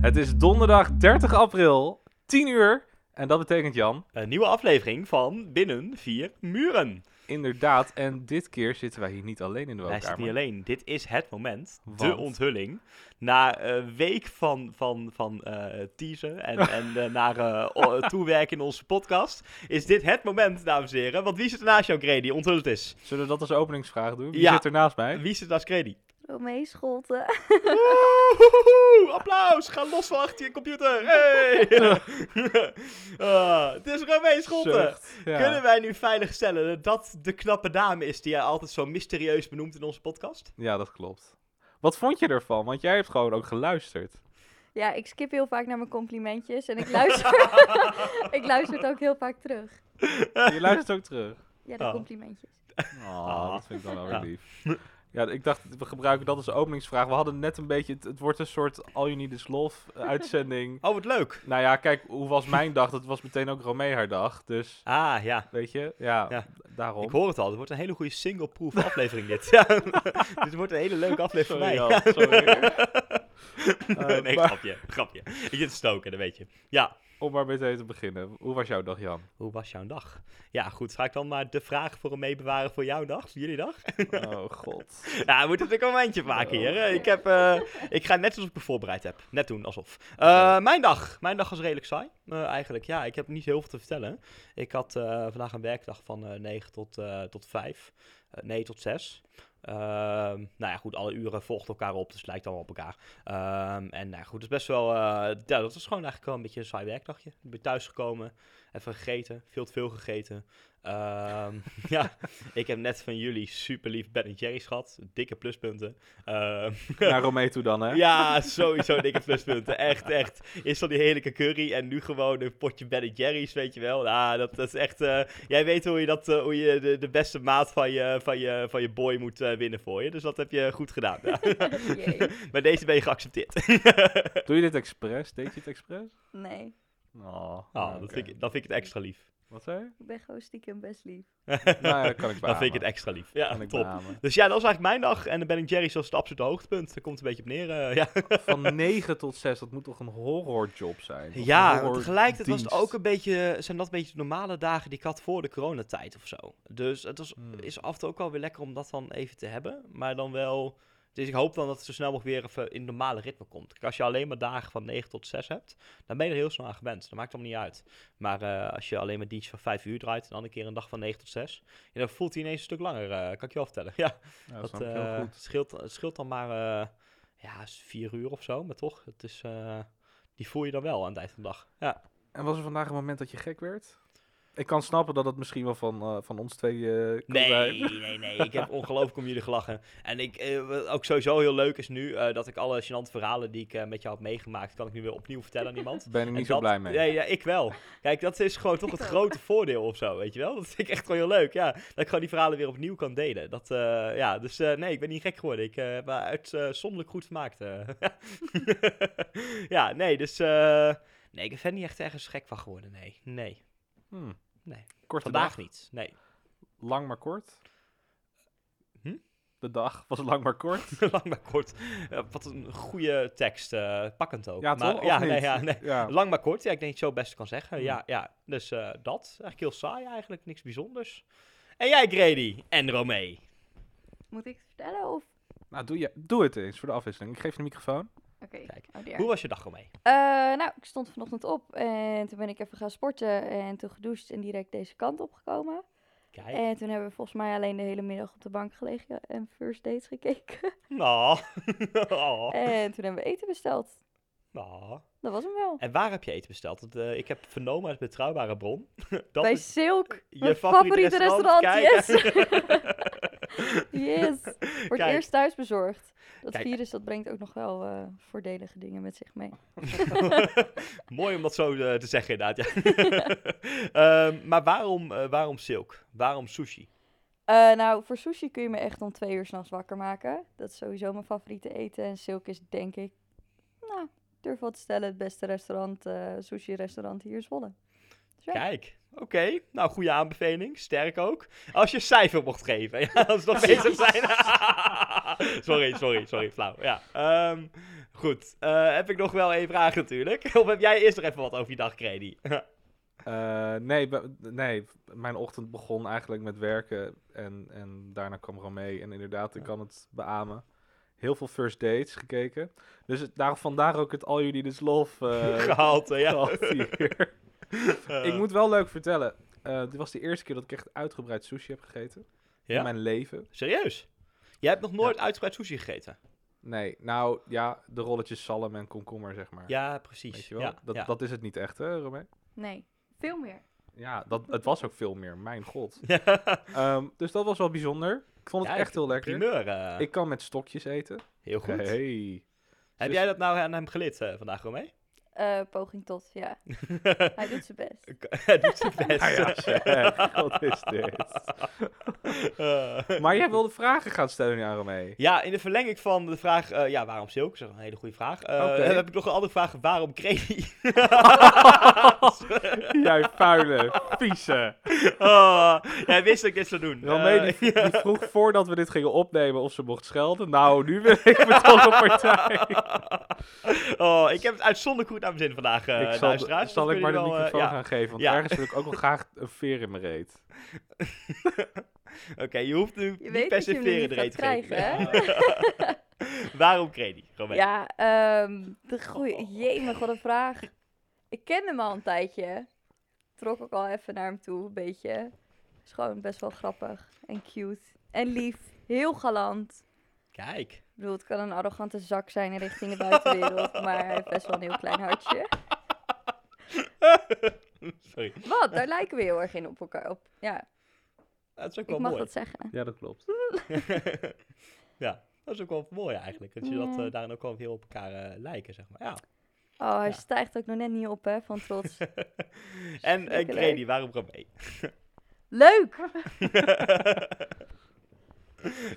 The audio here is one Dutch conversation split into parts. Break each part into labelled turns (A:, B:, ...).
A: Het is donderdag 30 april, 10 uur. En dat betekent, Jan,
B: Een nieuwe aflevering van Binnen Vier Muren.
A: inderdaad. En dit keer zitten wij hier niet alleen in de
B: Wij zitten niet
A: woonkamer.
B: alleen. Dit is het moment. De
A: Want?
B: onthulling. Na een week van, van, van eh teasen en, en eh, naar eh, o- toewerken in onze podcast, is dit het moment, dames en heren. Want wie zit er naast jou, Grady? Onthul het is.
A: Zullen we dat als openingsvraag doen? Wie
B: Ja.
A: zit er naast mij?
B: Wie zit naast Grady?
C: Romee Scholte.
B: Woehoehoe, Applaus! Ga los van achter je computer. Hey! Ah, het is Romee Scholten.
A: Zucht, ja.
B: Kunnen wij nu veilig stellen dat dat de knappe dame is die jij altijd zo mysterieus benoemt in onze podcast?
A: ja, dat klopt. Wat vond je ervan? Want jij hebt gewoon ook geluisterd.
C: Ja, ik skip heel vaak naar mijn complimentjes en ik luister, ik luister het ook heel vaak terug.
A: Je luistert ook terug.
C: Ja, de
B: Oh.
C: complimentjes.
A: Oh, dat vind ik dan wel weer
B: Ah. Ja.
A: lief. Ja, ik dacht, we gebruiken dat als openingsvraag. We hadden net een beetje, het, het wordt een soort All You Need Is Love eh, uitzending.
B: Oh, wat leuk.
A: Nou ja, kijk, hoe was mijn dag? Dat was meteen ook Romee haar dag. Dus,
B: Ah, ja.
A: weet je, ja,
B: Ja.
A: daarom.
B: Ik hoor het al. Het wordt een hele goede single-proof aflevering dit. Ja. dit wordt een hele leuke aflevering voor mij.
A: Sorry, Jan, sorry. Eh,
B: nee,
A: maar-
B: grapje. Grapje. Ik zit te stoken, dat weet je. Ja.
A: Om maar meteen te beginnen. Hoe was jouw dag, Jan?
B: Hoe was jouw dag? Ja, goed. Ga ik dan maar de vraag voor hem meebewaren voor jouw dag? Voor jullie dag?
A: Oh, god.
B: Ja, we moeten natuurlijk een momentje maken hier. Ik, heb, eh, ik ga net zoals ik me voorbereid heb. Net doen, alsof. Eh,
A: Oké.
B: Mijn dag. Mijn dag was redelijk saai. eh, eigenlijk, ja, ik heb niet heel veel te vertellen. Ik had eh, vandaag een werkdag van eh 9 tot, eh, tot 5. Eh, nee, tot 6. Ehm, nou ja, goed, alle uren volgt elkaar op, dus het lijkt allemaal op elkaar. Ehm, en nou ja, goed, het is best wel... eh, ja, dat was gewoon eigenlijk wel een beetje een saai werkdagje. Ik ben thuisgekomen, even gegeten, veel te veel gegeten. Ehm, ja, ik heb net van jullie super lief Ben Jerry's gehad. Dikke pluspunten. Ehm,
A: Naar Romee toe dan, hè?
B: ja, sowieso dikke pluspunten. Echt, echt. Eerst al die heerlijke curry en nu gewoon een potje Ben Jerry's, weet je wel. Nou, dat, dat is echt... eh, jij weet hoe je, dat, eh, hoe je de, de beste maat van je, van je, van je boy moet eh, winnen voor je. Dus dat heb je goed gedaan. Ja.
C: Jee.
B: Bij deze ben je geaccepteerd.
A: Doe je dit expres? Deed je het expres?
C: Nee,
A: Oh,
B: Ah,
A: oké.
B: dat, vind ik, dat vind ik het extra lief.
A: Wat zei je?
C: ik ben gewoon stiekem best lief.
A: Nou ja, kan ik
B: Dan
A: beamen.
B: vind ik het extra lief. Ja,
A: Kan ik
B: top.
A: beamen.
B: Dus ja, dat was eigenlijk mijn dag. En de Ben Jerry's was het absolute hoogtepunt. Daar komt een beetje op neer. eh, ja.
A: Van 9 tot 6, dat moet toch een horrorjob zijn? Of een
B: Ja,
A: horror-
B: tegelijkertijd was het
A: dienst.
B: ook een beetje, zijn dat een beetje de normale dagen die ik had voor de coronatijd of zo. Dus het was,
A: Hmm.
B: is af en toe ook wel weer lekker om dat dan even te hebben. Maar dan wel, dus ik hoop dan dat het zo snel mogelijk weer even in het normale ritme komt. Kijk, Als je alleen maar dagen van 9 tot 6 hebt, dan ben je er heel snel aan gewend. Dat maakt allemaal niet uit. Maar eh, als je alleen maar dienst van 5 uur draait en dan een keer een dag van 9 tot 6, ja, dan voelt hij ineens een stuk langer, eh, kan ik je wel vertellen. Ja,
A: Ja, dat
B: dat
A: snap ik heel
B: eh,
A: goed.
B: scheelt, het scheelt dan maar eh, ja, vier uur of zo, maar toch, het is, eh, die voel je dan wel aan het eind van de dag. Ja.
A: En was er vandaag een moment dat je gek werd? Ik kan snappen dat het misschien wel van, eh, van ons twee eh, kan
B: Nee,
A: zijn.
B: nee, nee. Ik heb ongelooflijk om jullie gelachen. En ik, eh, wat ook sowieso heel leuk is nu eh, dat ik alle gênante verhalen die ik eh, met jou heb meegemaakt, kan ik nu weer opnieuw vertellen aan iemand.
A: Ben ik
B: En
A: niet zo
B: dat-
A: blij mee.
B: Nee, ja, ik wel. Kijk, dat is gewoon toch het grote voordeel of zo, weet je wel? Dat vind ik echt gewoon heel leuk, ja. Dat ik gewoon die verhalen weer opnieuw kan delen. Dat, eh, ja, dus eh, nee, ik ben niet gek geworden. Ik eh heb me uitzonderlijk goed vermaakt. eh. ja, nee, dus... eh, nee, ik ben niet echt ergens gek van geworden, nee. Nee,
A: Hmm.
B: Nee.
A: Korte
B: vandaag
A: dag.
B: niet, nee.
A: Lang maar kort.
B: Hm?
A: De dag was lang maar kort.
B: lang maar kort. Eh, wat een goede tekst. eh, pakkend ook.
A: Ja,
B: maar,
A: toch? Of
B: Ja,
A: niet?
B: nee, ja, nee.
A: Ja.
B: Lang maar kort. Ja, ik denk dat je het zo best kan zeggen.
A: Oh. Hmm.
B: Ja, ja. Dus eh, dat. Eigenlijk heel saai eigenlijk. Niks bijzonders. En jij, Grady. En Romee.
C: Moet ik het vertellen of...
A: Nou, doe, je, doe het eens voor de afwisseling. Ik geef je de microfoon.
C: Oké,
B: Kijk,
C: oh dear.
B: Hoe was je dag, Romee?
C: Eh, nou, ik stond vanochtend op en toen ben ik even gaan sporten en toen gedoucht en direct deze kant opgekomen.
B: Kijk.
C: En toen hebben we volgens mij alleen de hele middag op de bank gelegen en first dates gekeken.
B: Nou. Nou.
C: En toen hebben we eten besteld.
B: Nou.
C: Dat was hem wel.
B: En waar heb je eten besteld? Want, eh, ik heb vernomen uit betrouwbare bron. dat
C: Bij
B: is
C: Silk.
B: je
C: mijn
B: favoriete,
C: favoriete restaurant.
B: Kijk.
C: Yes. yes. Wordt
B: Kijk.
C: eerst thuis bezorgd. Dat
B: Kijk.
C: virus dat brengt ook nog wel eh, voordelige dingen met zich mee.
B: Mooi om dat zo eh, te zeggen, inderdaad. Ja. Ehm, maar waarom, eh, waarom silk? Waarom sushi?
C: Eh, nou, voor sushi kun je me echt om twee uur s'nachts wakker maken. Dat is sowieso mijn favoriete eten. En Silk is denk ik, nou, durf wat te stellen, het beste restaurant, eh, sushi-restaurant hier in Zwolle. Ja.
B: Kijk. Oké, nou goede aanbeveling. Sterk ook. Als je een cijfer mocht geven. Ja, als we nog bezig zijn. sorry, sorry, sorry. Flauw. Ja. Ehm, Goed, eh, heb ik nog wel één vraag natuurlijk. Of heb jij eerst nog even wat over je dag, Credi?
A: Eh, nee, be- nee, mijn ochtend begon eigenlijk met werken en, en daarna kwam Romee. En inderdaad, ik
B: Ja.
A: kan het beamen. Heel veel first dates gekeken. Dus het, daar, vandaar ook het All You Need Is Love eh,
B: Gehalte, ja. Eh,
A: gehad hier. ik moet wel leuk vertellen. eh, dit was de eerste keer dat ik echt uitgebreid sushi heb gegeten.
B: Ja?
A: In mijn leven.
B: Serieus? Jij hebt nog nooit uitgebreid sushi gegeten?
A: Nee, nou ja, de rolletjes zalm en komkommer, zeg maar.
B: Ja, precies.
A: Weet je wel?
B: Ja,
A: dat,
B: ja.
A: dat is het niet echt, hè, Romee?
C: Nee, veel meer.
A: Ja, dat, het was ook veel meer. Mijn god.
B: Ja,
A: Ehm, dus dat was wel bijzonder. Ik vond het
B: Ja,
A: echt heel lekker.
B: Primeur. eh,
A: Ik kan met stokjes eten.
B: Heel goed.
A: Hey.
B: Heb
A: Dus-
B: jij dat nou aan hem geleerd eh, vandaag, Romee?
C: Eh, poging tot, ja. Hij doet zijn best.
B: Hij doet zijn best.
A: Ah ja, zeg, wat is dit?
B: Eh,
A: Maar jij wilde vragen gaan stellen aan Romee.
B: Ja, in de verlenging van de vraag, eh, ja, waarom Silk? Dat is een hele goede vraag. Eh,
A: Oké.
B: Dan heb ik nog een andere vraag, waarom Credi?
A: Jij vuile, vieze.
B: Oh, jij wist dat ik dit zou doen.
A: Romee
B: Eh,
A: die, die vroeg voordat we dit gingen opnemen of ze mocht schelden. Nou, nu wil ik me toch een partij.
B: oh, ik heb het uitzonderlijk goed naar mijn zin vandaag, eh
A: ik zal,
B: luisteraars. Dat
A: zal ik maar
B: kunnen
A: de
B: jullie
A: microfoon
B: wel, eh, ja.
A: gaan geven, want
B: Ja.
A: ergens wil ik ook wel graag een veer in mijn reet.
B: Oké, je hoeft nu
C: Je
B: niet
C: weet dat je hem
B: persifleren
C: niet
B: erin
C: gaat
B: te geven.
C: krijgen, hè?
B: waarom Credi? Romee?
C: Ja, ehm, de goeie... Jemig, wat een vraag. Ik kende hem al een tijdje. Trok ook al even naar hem toe, een beetje. Is gewoon best wel grappig en cute. En lief. Heel galant.
B: Kijk.
C: Ik bedoel, het kan een arrogante zak zijn richting de buitenwereld. Maar hij heeft best wel een heel klein hartje.
B: Sorry.
C: Wat? Daar lijken we heel erg in op elkaar op. Ja,
B: Dat is ook wel
C: ik mag
B: mooi.
C: dat zeggen.
A: Ja, dat klopt.
B: ja, dat is ook wel mooi eigenlijk. Dat je dat
C: Ja.
B: eh, daarin ook wel heel op elkaar eh, lijken, zeg maar. Ja.
C: Oh, hij
B: Ja.
C: stijgt ook nog net niet op, hè, van trots.
B: En eh
C: Leuk.
B: Grady, waarom Romee?
C: Leuk!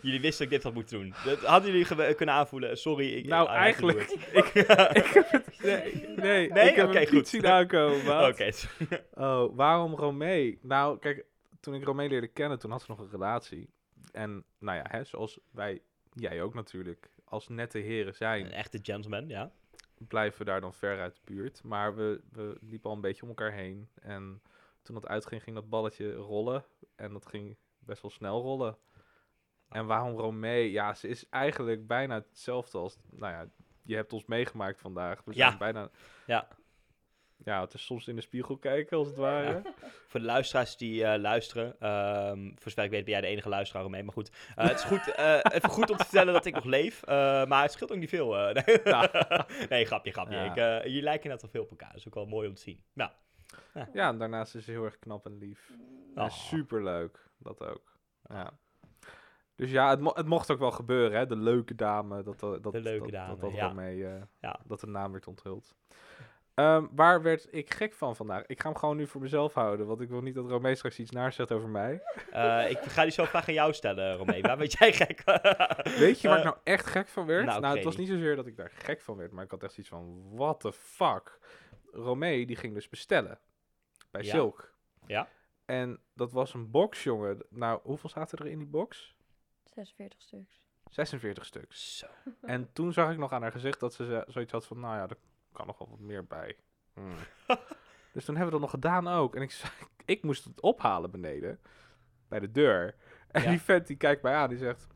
B: jullie wisten dat ik dit had moeten doen. Dat hadden jullie gewe- kunnen aanvoelen. Sorry. Ik,
A: Nou,
B: I had to
A: eigenlijk-
B: do it.
A: Nee, nee,
B: Nee?
A: ik heb
B: Oké,
A: hem
B: goed.
A: niet zien aankomen.
B: Oké.
A: maat. Oh, waarom Romee? Nou, kijk, toen ik Romee leerde kennen, toen had ze nog een relatie. En nou ja, hè, zoals wij, jij ook natuurlijk, als nette heren zijn,
B: Een echte gentleman, ja.
A: blijven we daar dan ver uit de buurt. Maar we, we liepen al een beetje om elkaar heen. En toen dat uitging, ging dat balletje rollen. En dat ging best wel snel rollen. En waarom Romee? Ja, ze is eigenlijk bijna hetzelfde als, nou ja, je hebt ons meegemaakt vandaag. We
B: Ja.
A: zijn bijna...
B: Ja.
A: Ja, het is soms in de spiegel kijken, als het ware.
B: Ja. Voor de luisteraars die eh, luisteren. ehm voor zover ik weet ben jij de enige luisteraar Romee. Maar goed, eh, het is goed, eh, even goed om te vertellen dat ik nog leef. eh, maar het scheelt ook niet veel. eh. nee. nee, grapje, grapje.
A: Ja.
B: Ik, eh, jullie lijken net al veel op elkaar. Dat is ook wel mooi om te zien. Nou,
A: Ja, en daarnaast is ze heel erg knap en lief.
B: Oh.
A: En superleuk, dat ook. Ja. Dus ja, het, mo- het mocht ook wel gebeuren, hè? De leuke dame. Dat, dat, dat,
B: De leuke
A: dat,
B: dame,
A: dat, dat,
B: ja.
A: daarmee, eh,
B: Ja.
A: dat de naam werd onthuld. Ehm, waar werd ik gek van vandaag? Ik ga hem gewoon nu voor mezelf houden, want ik wil niet dat Romee straks iets naar zegt over mij.
B: eh, ik ga die zo vraag aan jou stellen, Romee. Waar ben jij gek?
A: Weet je waar ik
B: Eh,
A: nou echt gek van werd?
B: nou,
A: Nou,
B: ik
A: het
B: weet
A: was niet zozeer dat ik daar gek van werd, maar ik had echt zoiets van, what the fuck? Romee, die ging dus bestellen. Bij
B: Ja.
A: Silk.
B: Ja.
A: En dat was een box, jongen. Nou, hoeveel zaten er in die box?
C: 46 stuks.
A: 46 stuks.
B: Zo.
A: En toen zag ik nog aan haar gezicht dat ze ze- zoiets had van, nou ja, er kan nog wel wat meer bij. Hmm. dus toen hebben we dat nog gedaan ook. En ik, zei- ik moest het ophalen beneden, bij de deur. En
B: Ja.
A: die vent die kijkt mij aan, die zegt,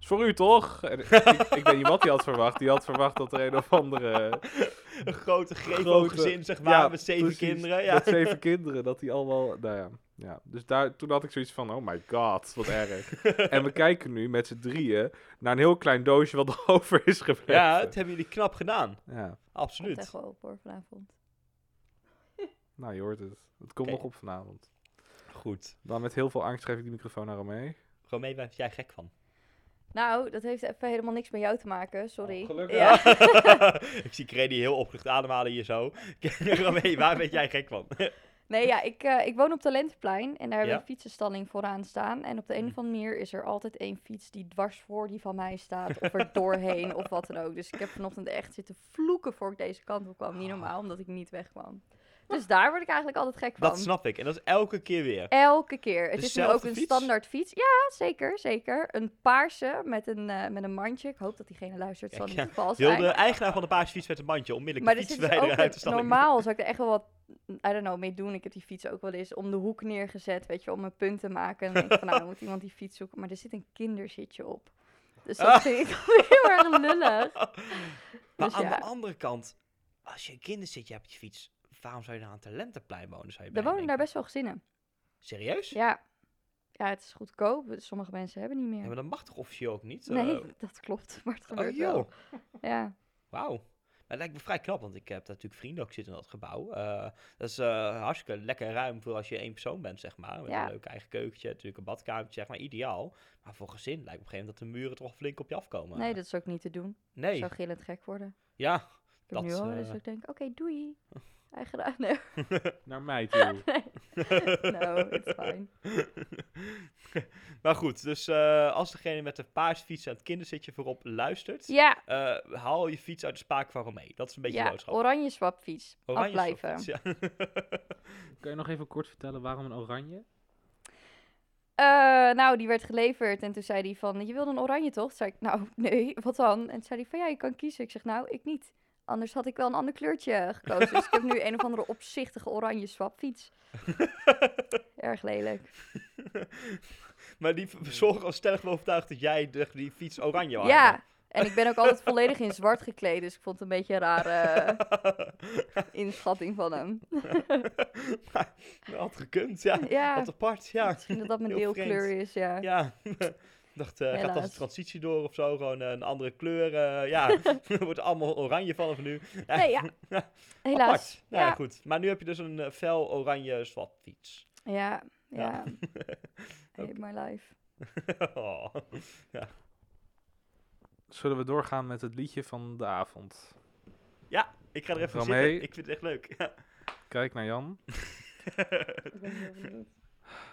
A: is voor u toch? En ik, ik- ik weet niet wat hij had verwacht. Die had verwacht dat er een of andere...
B: Een grote greep
A: Grote-
B: gezin, zeg maar,
A: Ja,
B: met zeven
A: precies,
B: kinderen. Ja.
A: Met zeven kinderen, dat die allemaal... Nou ja, ja. Dus daar, toen had ik zoiets van, oh my god, wat erg. en we kijken nu met z'n drieën naar een heel klein doosje wat er over is gebleven.
B: ja, dat hebben jullie knap gedaan.
A: ja.
C: Komt echt
B: Absoluut.
C: wel op hoor, vanavond.
A: Nou, je hoort het. Het komt
B: Oké.
A: nog op vanavond.
B: Goed.
A: Dan met heel veel angst geef ik die microfoon naar Romee.
B: Romee, waar ben jij gek van?
C: Nou, dat heeft even helemaal niks met jou te maken, sorry.
A: Oh, gelukkig.
C: Ja.
B: ik zie Credi heel opgelucht ademhalen hier zo. Romee, waar ben jij gek van?
C: Nee, ja, ik, eh, ik woon op Talentenplein en daar hebben
B: Ja.
C: we een fietsenstalling vooraan staan. En op de een
B: Mm.
C: of andere manier is er altijd één fiets die dwars voor die van mij staat. Of er doorheen
B: Ah.
C: of wat dan ook. Dus ik heb vanochtend echt zitten vloeken voor ik deze kant op kwam. Niet normaal, omdat ik niet wegkwam. Dus daar word ik eigenlijk altijd gek van.
B: Dat snap ik. En dat is elke keer weer.
C: Elke keer. Het is nu ook
B: Dezelfde
C: een
B: fiets?
C: standaard fiets. Ja, zeker, zeker. Een paarse met een, eh, met een mandje. Ik hoop dat diegene luistert, het zal
B: Kijk,
C: niet te vals
B: Heel
C: zijn.
B: de eigenaar van de paarse fiets met een bandje onmiddellijk
C: Maar
B: de
C: dit
B: fiets
C: is dus ook
B: verwijderen uit de
C: een-
B: stalling.
C: normaal zou ik er echt wel wat, I don't know, mee doen. Ik heb die fiets ook wel eens om de hoek neergezet, weet je, om een punt te maken. En dan denk ik van, nou, dan moet iemand die fiets zoeken. Maar er zit een kinderzitje op. Dus dat
B: Ah.
C: vind ik wel heel erg lullig.
B: Maar
C: Dus
B: aan
C: ja.
B: de andere kant, als je een kinderzitje hebt op je fiets, waarom zou je dan aan het talentenplein wonen? Zou je
C: Er
B: bijna
C: wonen
B: denken.
C: daar best wel gezinnen.
B: Serieus?
C: Ja. ja, het is goedkoop. Sommige mensen hebben niet
B: Ja,
C: meer.
B: maar dat mag toch officieel ook niet?
C: Nee,
B: Eh,
C: dat klopt. Maar het
B: oh
C: gebeurt wel.
B: joh,
C: Ja.
B: wauw. Maar het lijkt me vrij knap, want ik heb daar natuurlijk vrienden ook zitten in dat gebouw. Eh, dat is eh, hartstikke lekker ruim voor als je één persoon bent, zeg maar. Met
C: Ja.
B: een leuk eigen keukentje, natuurlijk een badkamertje, zeg maar, ideaal. Maar voor gezin lijkt me op een gegeven moment dat de muren toch wel flink op je afkomen.
C: Nee, dat is ook niet te doen.
B: Nee,
C: zou gillend gek worden.
B: ja.
C: Ik heb
B: Dat,
C: nu al eens
B: eh,
C: dat ik denk, oké, doei. Eigenaar, nee.
A: Naar mij toe.
C: no, it's fine.
B: maar goed, dus eh, als degene met de paarse fiets en het kinderzitje voorop luistert,
C: Ja,
B: eh, haal je fiets uit de spaak van Romee. Dat is een beetje de
C: ja
B: boodschap.
C: oranje swapfiets.
B: Oranje
C: Afblijven.
B: stoffiets, ja.
A: Kun je nog even kort vertellen waarom een oranje?
C: Eh, nou, die werd geleverd en toen zei hij van, je wilde een oranje toch? Toen zei ik, nou, nee, wat dan? En toen zei hij van, ja, je kan kiezen. Ik zeg, nou, ik niet. Anders had ik wel een ander kleurtje gekozen. dus ik heb nu een of andere opzichtige oranje swapfiets. Erg lelijk.
B: maar die verzorgen was stellig wel overtuigd dat jij de, die fiets oranje had.
C: Ja, en ik ben ook altijd volledig in zwart gekleed. Dus ik vond het een beetje een rare inschatting van hem.
B: Dat had gekund, ja.
C: Ja.
B: Wat apart, ja.
C: Misschien dat dat mijn
B: Heel
C: deelkleur
B: vreemd.
C: is, ja.
B: Ja. Ik dacht, eh, gaat als
C: Helaas.
B: een transitie door of zo, gewoon eh, een andere kleur. eh, ja, wordt allemaal oranje vanaf nu. Ja,
C: Nee, ja.
B: Ja.
C: Helaas.
B: Apart. Nou ja,
C: Ja.
B: goed. Maar nu heb je dus een eh, fel oranje swapfiets.
C: Ja,
B: Ja.
C: ja. Hate my life.
B: oh.
A: Zullen we doorgaan met het liedje van de avond?
B: Ik ga er even voor
A: Romee.
B: zitten. Ik vind het echt leuk. Ja.
A: Kijk naar Jan.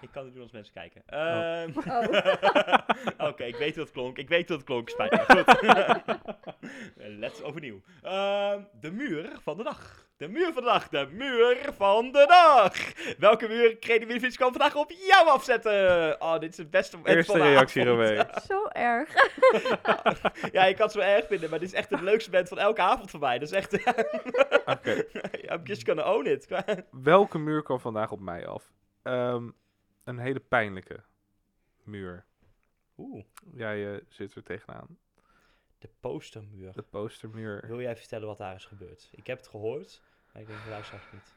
B: Ik kan het doen als mensen kijken. Ehm,
C: Oh.
B: Oké, ik weet hoe het klonk. Ik weet hoe het klonk. Spijt me. Goed. Let's overnieuw. Ehm, de muur van de dag. De muur van de dag. De muur van de dag. Welke muur Kredi Wielfiets kan vandaag op jou afzetten? Oh, dit is het beste moment
A: Eerste
B: van de
A: reactie,
B: avond.
A: Romee.
C: Zo erg.
B: Ja, ik kan het zo erg vinden, maar dit is echt het leukste moment van elke avond voor mij. Dat is echt...
A: Oké.
B: I'm just gonna own it.
A: Welke muur kwam vandaag op mij af? Ehm, een hele pijnlijke muur.
B: Oeh,
A: Jij eh, zit er tegenaan.
B: de postermuur.
A: De postermuur.
B: Wil jij vertellen wat daar is gebeurd? Ik heb het gehoord, maar ik denk de luisteraars niet.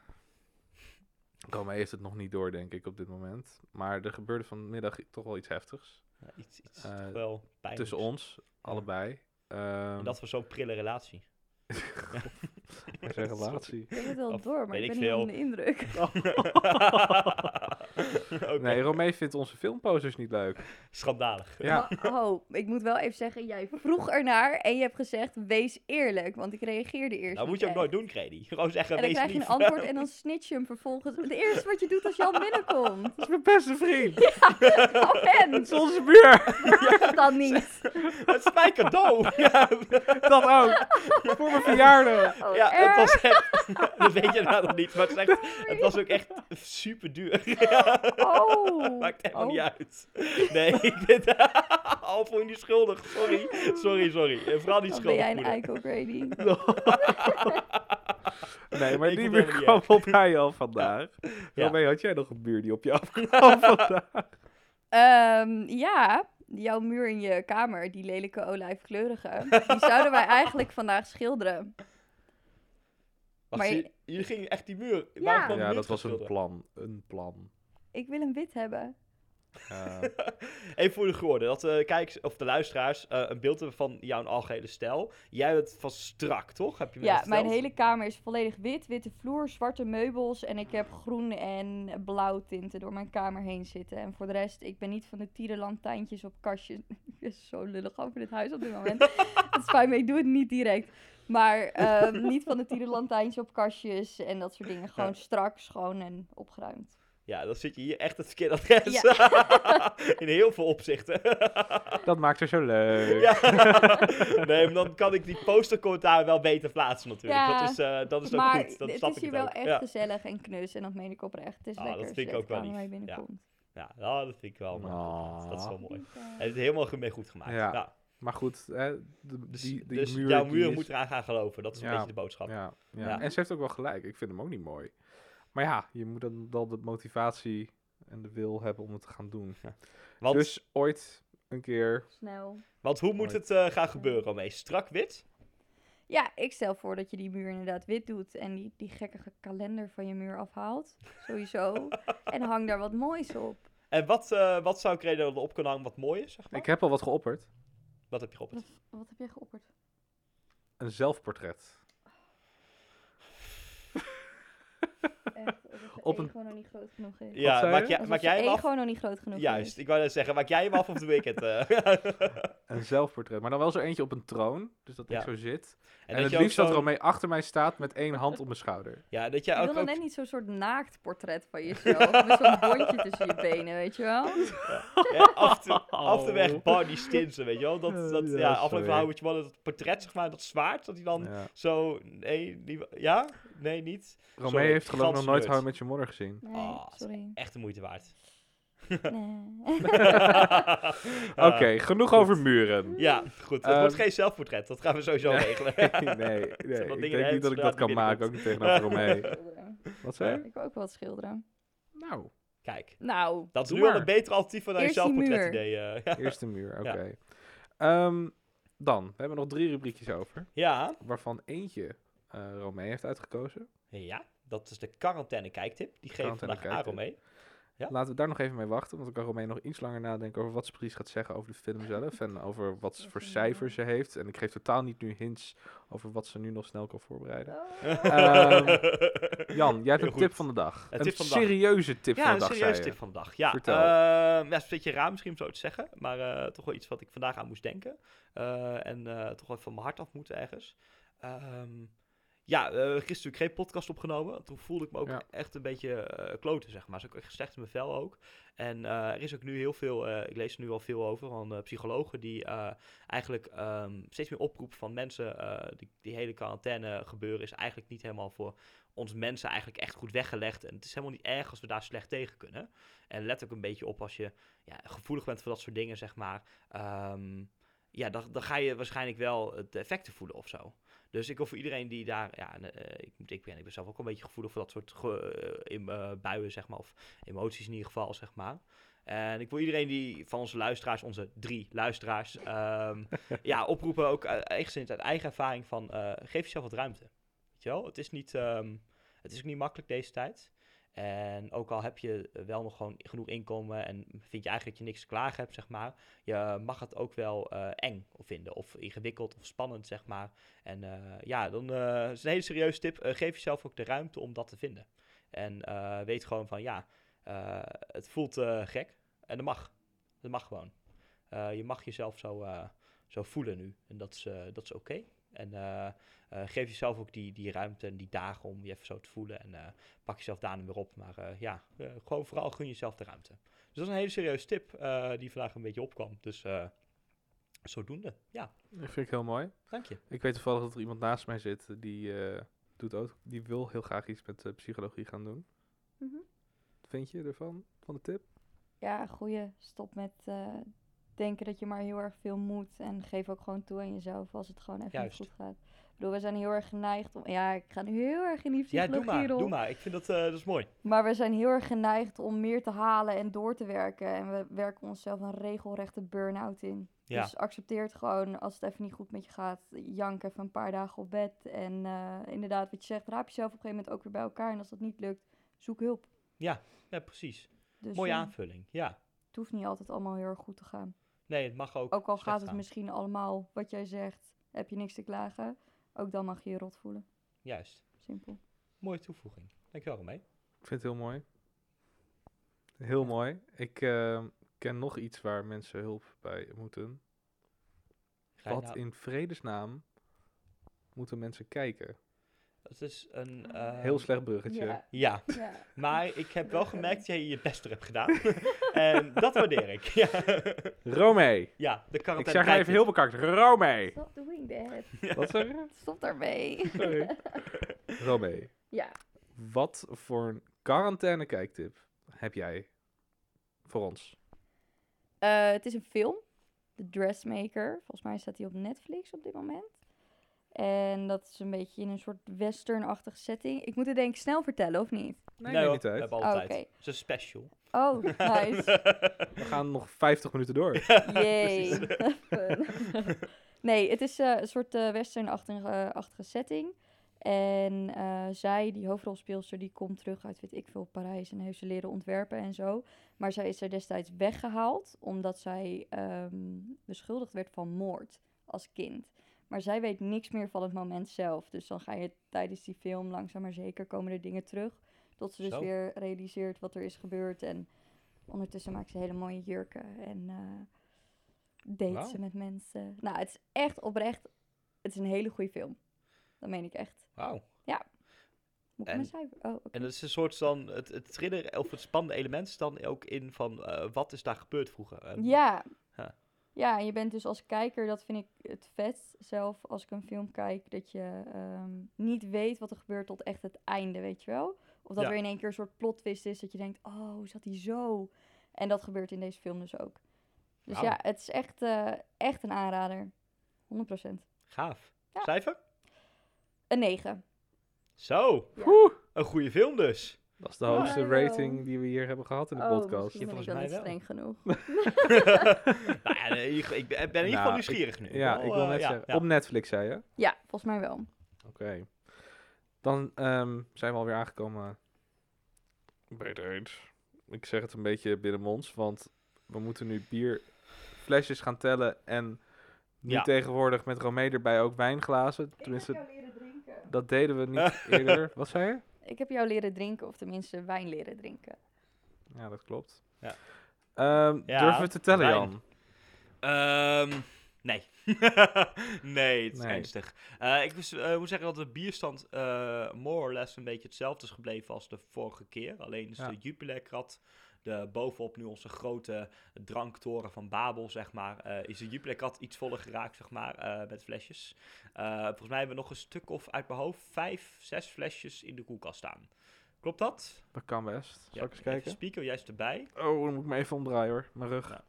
A: Romee heeft het nog niet door, denk ik, op dit moment. Maar er gebeurde vanmiddag toch wel iets heftigs.
B: Ja, iets iets
A: Eh,
B: toch wel pijnlijks.
A: Tussen ons, allebei. Ehm
B: En dat voor zo'n prille relatie.
A: is een relatie.
C: Ik heb het wel
B: Of
C: door, maar
B: weet
C: ik
B: ik
C: ben niet
B: veel.
C: onder de indruk.
B: Oké.
A: Nee, Romee vindt onze filmposters niet leuk.
B: Schandalig.
A: Ja,
C: Maar, oh, ik moet wel even zeggen, jij vroeg ernaar en je hebt gezegd, wees eerlijk. Want ik reageerde eerst
B: Dat
C: niet
B: Nou, moet je ook
C: echt.
B: nooit doen, Credi. Gewoon zeggen,
C: En dan
B: wees
C: krijg je
B: lief.
C: een antwoord en dan snitch je hem vervolgens. Het eerste wat je doet als Jan binnenkomt.
A: dat is mijn beste vriend.
C: Oh, en
A: Dat is onze muur.
C: dan niet.
B: Het is mijn cadeau. ja,
A: Dat ook. Voor mijn verjaardag.
C: Oh,
B: ja, het
C: erg.
B: was echt... dat weet je nou nog niet, maar het, is echt, het was ook echt super duur.
C: Oh.
B: Maakt helemaal
C: Oh.
B: niet uit. Nee, ik vind... Al voel je niet schuldig. Sorry, sorry, sorry. Eh, Vooral niet
C: Dan
B: schuldig.
C: ben jij een
B: voelen.
C: eikel, Grady.
A: Nee, maar
B: Ik
A: die
B: vond het
A: muur
B: helemaal
A: kwam
B: niet
A: op mij af vandaag.
B: Ja.
A: Romee, had jij nog een muur die op je afkwam vandaag?
C: Ehm, ja, jouw muur in je kamer, die lelijke olijfkleurige, die zouden wij eigenlijk vandaag schilderen.
B: Wacht,
C: Maar je-
B: je- jullie gingen echt die muur.
C: Ja.
B: waarom kwam de
A: Ja,
B: muur
A: dat
B: te
A: was een
B: schilderen?
A: plan. Een plan.
C: Ik wil hem wit hebben.
A: Eh,
B: Even voor de geworden, dat de kijkers of de luisteraars eh, een beeld hebben van jouw algehele stijl. Jij bent van strak, toch? Heb je me
C: Ja,
B: net
C: mijn
B: verteld?
C: hele kamer is volledig wit. Witte vloer, zwarte meubels en ik heb groen en blauw tinten door mijn kamer heen zitten. En voor de rest, ik ben niet van de tierenlantijntjes op kastjes. Ik ben zo lullig over dit huis op dit moment. Het spijt me, ik doe het niet direct. Maar ehm, niet van de tierenlantijntjes op kastjes en dat soort dingen. Gewoon strak, schoon en opgeruimd.
B: Ja, dan zit je hier echt het verkeerde adres. In heel veel opzichten.
A: Dat maakt het zo leuk.
B: Ja. Nee, maar dan kan ik die postercode daar wel beter plaatsen natuurlijk.
C: Ja.
B: Dat is, eh, dat is ook
C: maar
B: goed. Dat
C: het
B: snap
C: is
B: ik
C: hier
B: het
C: wel
B: ook.
C: echt
B: ja.
C: gezellig en knus. En dat meen ik oprecht. Het is
B: Ah, dat
C: lekker als
B: vind ik
C: je
B: ook wel
C: kamer
B: lief.
C: mee
B: Ja.
C: binnenkomt.
B: Ja, nou, dat vind ik wel. mooi.
A: Ah.
B: Oh, Dat is wel mooi.
C: Ja.
B: En het is helemaal goed- mee goed gemaakt.
A: Ja.
B: Ja.
A: Maar goed, hè, de-
B: Dus,
A: die, die
B: dus
A: muur,
B: jouw
A: die
B: muur
A: is-
B: moet eraan gaan geloven. Dat is een
A: Ja.
B: beetje de boodschap.
A: Ja, ja.
B: Ja.
A: en ze heeft ook wel gelijk. Ik vind hem ook niet mooi. Maar ja, je moet dan wel de motivatie en de wil hebben om het te gaan doen.
B: Want,
A: Dus ooit een keer.
C: Snel.
B: want hoe moet het eh, gaan gebeuren, Romee? Strak wit?
C: Ja, ik stel voor dat je die muur inderdaad wit doet. En die, die gekkige kalender van je muur afhaalt. Sowieso. en hang daar wat moois op.
B: En wat, eh, wat zou ik reden dat op kunnen hangen wat mooi is, zeg maar?
A: Ik heb al wat geopperd.
B: Wat heb je op het?
C: Wat heb jij geopperd?
A: Een zelfportret.
C: Echt, omdat de
A: Op een-
C: ego nog niet groot genoeg is.
A: Wat
B: Ja,
A: zei
B: maak,
A: je?
B: jij-
C: Alsof
B: maak
C: de
B: jij hem
C: ego
B: af?
C: nog niet groot genoeg
B: Juist,
C: is.
B: ik wou net zeggen, maak jij hem af of doe ik het? eh?
A: Een zelfportret. Maar dan wel zo eentje op een troon. Dus dat
B: Ja.
A: ik zo zit. En,
B: dat
A: het
B: je ook
A: liefst dat
B: zo'n-
A: Romee achter mij staat met één hand op mijn schouder.
B: Ja, dat
C: Je
B: jij
C: wil
B: ook...
C: dan
B: ook
C: net niet zo'n soort naaktportret van jezelf. met zo'n bondje tussen je benen, weet je
B: Ah,
C: wel?
B: hè, af, te, af de weg Barney Stinson, weet je wel? Dat,
A: Eh,
B: dat,
A: Oh. ja,
B: ja,
A: sorry.
B: aflevering How Much Money, dat portret, zeg maar, dat zwaard, dat hij dan
A: Ja.
B: zo... Nee, die- ja? Nee, niet?
A: Romee heeft geloof ik nog
B: gigantische
A: nooit
B: nerd.
A: How I Met Your Mother gezien.
C: Nee,
B: Ah, dat is
C: sorry.
B: Echt de moeite waard.
C: Nee.
B: Ah.
A: Oké, genoeg over muren.
B: Ja, goed. Het
A: Ehm,
B: wordt geen zelfportret. Dat gaan we sowieso
A: nee.
B: regelen.
A: nee, nee.
B: dingen
A: ik denk
B: heen,
A: niet dat ik
B: straat
A: dat kan
B: binnenkomt.
A: maken. Ook niet tegenover Romee.
C: Schilderen.
A: Wat zei je?
C: Ik wil ook wat schilderen.
A: Eh, Nou,
B: Kijk,
C: Nou,
B: dat is
A: Doe
B: nu al
A: maar.
B: een beter alternatief dan een
C: Eerst die
B: zelfportret
C: muur.
B: idee. eh, ja.
A: eerste muur, oké.
B: Ja.
A: Ehm, dan, we hebben nog drie rubriekjes over.
B: ja.
A: Waarvan eentje eh Romee heeft uitgekozen.
B: Ja, dat is de quarantaine kijktip. Die geven we
A: Quarantaine
B: vandaag Aaron mee. Ja.
A: Laten we daar nog even mee wachten. Want dan kan Romee nog iets langer nadenken over wat ze precies gaat zeggen over de film zelf. En over wat ze voor cijfers ze heeft. En ik geef totaal niet nu hints over wat ze nu nog snel kan voorbereiden. Ehm, Jan, jij hebt
B: Heel
A: een
B: goed.
A: tip van de dag.
B: Een
A: een
B: tip van de dag.
A: serieuze tip
B: ja,
A: van
B: een
A: de dag,
B: serieuze
A: zei je.
B: tip van de dag. Ja,
A: Vertel.
B: ehm, ja, is een beetje raar misschien om zo te zeggen. Maar eh, toch wel iets wat ik vandaag aan moest denken. Eh, en eh, toch wel van mijn hart af moet ergens. Ehm, ja, eh gisteren natuurlijk geen podcast opgenomen. Toen voelde ik me ook
A: Ja.
B: echt een beetje eh kloten, zeg maar. Dus ik echt slecht in mijn vel ook. En eh, er is ook nu heel veel, eh, ik lees er nu al veel over, van eh, psychologen die eh, eigenlijk ehm, steeds meer oproepen van mensen. eh, die, die hele quarantaine gebeuren is eigenlijk niet helemaal voor ons mensen eigenlijk echt goed weggelegd. En het is helemaal niet erg als we daar slecht tegen kunnen. En let ook een beetje op als je ja, gevoelig bent voor dat soort dingen, zeg maar. Ehm, ja, dan, dan ga je waarschijnlijk wel de effecten voelen of zo. Dus ik wil voor iedereen die daar, ja, en, eh, ik, moet- ik, ben, ik ben zelf ook een beetje gevoelig voor dat soort ge- eh, in, eh, buien, zeg maar, of emoties in ieder geval, zeg maar. En ik wil iedereen die van onze luisteraars, onze drie luisteraars, ehm, ja, oproepen ook eh, enigszins uit eigen ervaring van, eh, geef jezelf wat ruimte. Weet je wel, het is niet, ehm, het is ook niet makkelijk deze tijd. En ook al heb je eh, wel nog gewoon genoeg inkomen en vind je eigenlijk dat je niks te klagen hebt, zeg maar, je mag het ook wel eh, eng vinden of ingewikkeld of spannend, zeg maar. En eh, ja, dan eh, het is een hele serieuze tip. Eh, geef jezelf ook de ruimte om dat te vinden. En eh, weet gewoon van ja, eh, het voelt eh, gek en dat mag. Dat mag gewoon. Eh, je mag jezelf zo, eh, zo voelen nu en dat is, eh, dat is oké. En eh, eh, geef jezelf ook die, die ruimte en die dagen om je even zo te voelen. En eh, pak jezelf daarna weer op. Maar eh, ja, eh, gewoon vooral gun jezelf de ruimte. Dus dat is een hele serieuze tip eh, die vandaag een beetje opkwam. Dus eh, zodoende. Ja,
A: Dat vind ik heel mooi.
B: dank je.
A: Ik weet toevallig dat er iemand naast mij zit die eh, doet ook, die wil heel graag iets met eh, psychologie gaan doen.
C: Mhm.
A: Wat vind je ervan? Van de tip?
C: Ja, goeie. Stop met eh, denken dat je maar heel erg veel moet. En geef ook gewoon toe aan jezelf als het gewoon even niet
B: Juist.
C: goed gaat. Ik bedoel, we zijn heel erg geneigd om... Ja, ik ga nu heel erg in die
B: Ja,
C: psychologie
B: doe maar.
C: rond.
B: Doe maar. Ik vind dat, eh, dat is mooi.
C: Maar we zijn heel erg geneigd om meer te halen en door te werken. En we werken onszelf een regelrechte burn-out in.
B: Ja.
C: Dus accepteer het gewoon als het even niet goed met je gaat. Jank even een paar dagen op bed. En eh, inderdaad, wat je zegt, raap jezelf op een gegeven moment ook weer bij elkaar. En als dat niet lukt, zoek hulp.
B: Ja, precies.
C: Dus
B: Mooie
C: ja,
B: aanvulling. Ja.
C: het hoeft niet altijd allemaal heel erg goed te gaan.
B: Nee, het mag ook.
C: Ook al
B: slecht
C: gaat het
B: gaan.
C: misschien allemaal wat jij zegt, heb je niks te klagen. Ook dan mag je je rot voelen.
B: Juist.
C: Simpel.
B: Mooie toevoeging. Dankjewel, Romee.
A: Ik vind het heel mooi. Heel mooi. Ik eh, ken nog iets waar mensen hulp bij moeten.
B: Ga je
A: Wat
B: nou-
A: in vredesnaam moeten mensen kijken?
B: Het is een... eh,
A: Heel slecht bruggetje.
C: Ja,
B: Ja,
C: ja.
B: maar ik heb wel gemerkt dat jij je best er hebt gedaan. en dat waardeer ik. Ja,
A: Romee.
B: ja de
A: Ik
B: quarantaine
A: zeg even heel bekakt. Romee.
C: Stop doing that.
A: Wat zeg je?
C: Stop daarmee.
A: Sorry. Romee.
C: Ja.
A: Wat voor een quarantaine kijktip heb jij voor ons?
C: Eh, het is een film. The Dressmaker. Volgens mij staat die op Netflix op dit moment. En dat is een beetje in een soort westernachtige setting. Ik moet het denk ik snel vertellen, of niet?
A: Nee,
B: hoor,
A: niet
B: we
A: uit.
B: hebben altijd.
C: Oké.
B: Het is een special.
C: Oh, nice.
A: We gaan nog 50 minuten door.
C: Yay. Fun. nee, het is eh, een soort eh westernachtige achtige setting. En eh, zij, die hoofdrolspeelster, die komt terug uit weet ik veel Parijs en heeft ze leren ontwerpen en zo. Maar zij is er destijds weggehaald omdat zij ehm, beschuldigd werd van moord als kind. Maar zij weet niks meer van het moment zelf. Dus dan ga je tijdens die film langzaam maar zeker komen er dingen terug. Tot ze dus
B: Zo.
C: weer realiseert wat er is gebeurd. En ondertussen maakt ze hele mooie jurken. En eh date
A: Wauw.
C: ze met mensen. Nou, het is echt oprecht. Het is een hele goede film. Dat meen ik echt.
B: Wauw.
C: Moet ik
B: En-
C: mijn cijfer? Oh, oké.
B: En dus- dat is een soort van, het, het thriller of het spannende element is dan ook in van, eh, wat is daar gebeurd vroeger? Ehm, En-
C: Ja.
B: Ja.
C: Ja, en je bent dus als kijker, dat vind ik het vet zelf als ik een film kijk, dat je ehm, niet weet wat er gebeurt tot echt het einde, weet je wel? Of dat
B: Ja.
C: er in één keer een soort plot twist is dat je denkt, oh, hoe zat hij zo? En dat gebeurt in deze film dus ook. Dus
B: Wauw.
C: ja, het is echt, eh, echt een aanrader. 100%.
B: Gaaf.
C: Ja.
B: Cijfer?
C: Een 9.
B: Zo,
C: Ja.
A: Oeh,
B: een goede film dus.
A: dat is de
B: Ja.
A: hoogste
C: Jawel.
A: rating die we hier hebben gehad in de podcast.
C: Oh, misschien ben ik
B: volgens
C: wel
B: mij wel.
C: niet streng genoeg.
B: nou ja, nee, ik, ik ben ik ben in ieder geval
A: Nou,
B: nieuwsgierig nu.
A: Ja, ik wil
B: eh,
A: net
B: ja,
A: zeggen.
B: ja.
A: Op Netflix, zei je?
C: Ja, volgens mij wel.
A: Oké. Dan ehm, zijn we alweer aangekomen bij de eend. Ik zeg het een beetje binnenmonds, want we moeten nu bierflesjes gaan tellen en nu
B: Ja.
A: tegenwoordig met Romee erbij ook wijnglazen. Tenminste,
C: leren drinken.
A: dat deden we niet eerder. Wat zei je?
C: Ik heb jou leren drinken, of tenminste wijn leren drinken.
A: Ja, dat klopt.
B: Ja.
A: Ehm,
B: Ja,
A: durven we te tellen,
B: wijn.
A: Jan?
B: Ehm, nee. nee, het is
A: Nee.
B: ernstig. Eh, ik moest, eh, moet zeggen dat de bierstand eh, more or less een beetje hetzelfde is gebleven als de vorige keer. Alleen is
A: Ja.
B: de Jupiler-krat, de bovenop nu onze grote dranktoren van Babel, zeg maar, eh, is de Jupiler-krat iets voller geraakt, zeg maar, eh, met flesjes. Eh, volgens mij hebben we nog een stuk of uit mijn hoofd vijf, zes flesjes in de koelkast staan. Klopt dat?
A: Dat kan best. Zal
B: Ja,
A: ik eens
B: even
A: kijken?
B: Spieken, juist erbij.
A: Oh, dan moet ik me even omdraaien hoor. Mijn rug.
B: Ja.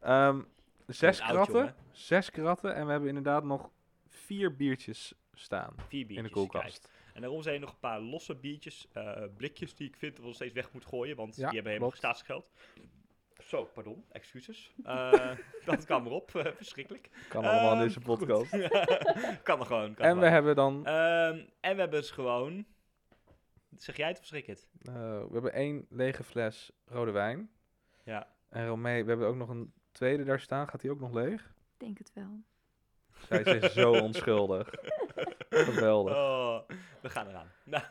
A: Ehm, zes
B: Je bent oud,
A: kratten.
B: jongen.
A: zes kratten. En we hebben inderdaad nog vier biertjes staan
B: Vier biertjes.
A: in de
B: kijk.
A: koelkast.
B: En daarom zijn er nog een paar losse biertjes, eh, blikjes die ik vind dat we nog steeds weg moeten gooien, want
A: Ja,
B: die hebben helemaal
A: klopt.
B: staatsgeld. Zo, pardon, excuses. Eh, dat kan maar op, eh, verschrikkelijk.
A: Kan allemaal in
B: Ehm,
A: deze podcast.
B: goed. kan er gewoon.
A: En we
B: Kan er gewoon.
A: hebben dan...
B: Ehm, en we hebben dus gewoon... Zeg jij het of zeg ik het?
A: eh, we hebben één lege fles rode wijn.
B: Ja.
A: En Romee, we hebben ook nog een tweede daar staan. Gaat die ook nog leeg?
C: Ik denk het wel.
A: Zij zijn zo onschuldig. Geweldig.
B: Oh, we gaan eraan. Nou,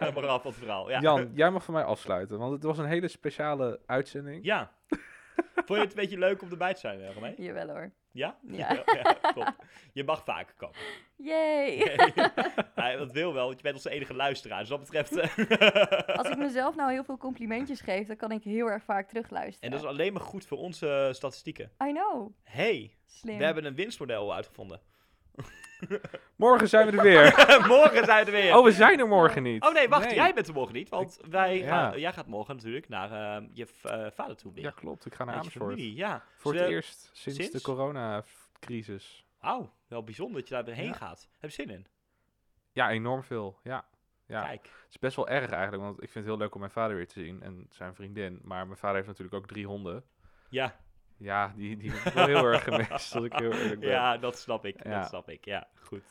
B: ja. maar af van het verhaal. Ja.
A: Jan, jij mag voor mij afsluiten. Want het was een hele speciale uitzending.
B: Ja. Vond je het een beetje leuk om erbij te zijn, eh, Romee?
C: Jawel hoor.
B: Ja?
C: Ja.
B: klopt. Je mag vaker komen.
C: Yay!
B: Hij- dat wil wel, want je bent onze enige luisteraar. Dus dat betreft. eh,
C: Als ik mezelf nou heel veel complimentjes geef, dan kan ik heel erg vaak
B: en
C: terugluisteren.
B: dat is alleen maar goed voor onze eh, statistieken.
C: I know.
B: Hey,
C: Slim.
B: we hebben een winstmodel uitgevonden.
A: Morgen zijn we er weer.
B: morgen zijn we er weer.
A: Oh, we zijn er morgen niet.
B: Oh nee, wacht, jij bent er morgen niet. Want wij
A: Ja.
B: gaan, jij gaat morgen natuurlijk naar eh, je v- eh, vader toe weer.
A: Ja, klopt. Ik ga naar
B: Met je
A: Amersfoort.
B: familie, ja.
A: Voor het
B: Zullen-
A: eerst sinds, de
B: sinds?
A: coronacrisis.
B: Wauw, wel bijzonder dat je daar weer heen
A: Ja.
B: gaat. Heb je zin in?
A: Ja, enorm veel. Ja. ja.
B: Kijk.
A: Het is best wel erg eigenlijk, want ik vind het heel leuk om mijn vader weer te zien en zijn vriendin. Maar mijn vader heeft natuurlijk ook drie honden.
B: Ja,
A: Ja, die, die wordt wel heel erg gemist, als ik heel eerlijk ben.
B: ja dat snap ik.
A: Ja.
B: Dat snap ik, ja. Goed.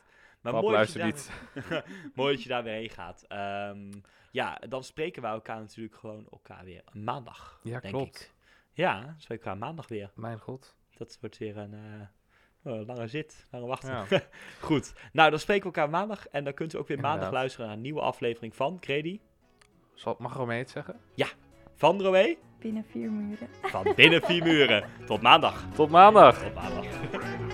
B: Maar
A: Pap,
B: mooi dat je
A: luister
B: daar-
A: niet.
B: Mooi dat je daar weer heen gaat. Ehm, ja, dan spreken we elkaar natuurlijk gewoon elkaar weer maandag,
A: Ja,
B: denk
A: klopt.
B: ik. Ja, dan spreken we elkaar maandag weer.
A: Mijn god.
B: Dat wordt weer een eh, eh, lange zit, lange wachten.
A: Ja.
B: Goed, nou dan spreken we elkaar maandag en dan kunt u ook weer maandag
A: Inderdaad.
B: luisteren naar een nieuwe aflevering van Credi,
A: Zal, mag Romee het zeggen?
B: van Roé,
C: Binnen vier muren.
B: van Binnen Vier Muren. Tot maandag.
A: Tot maandag!
B: Tot maandag.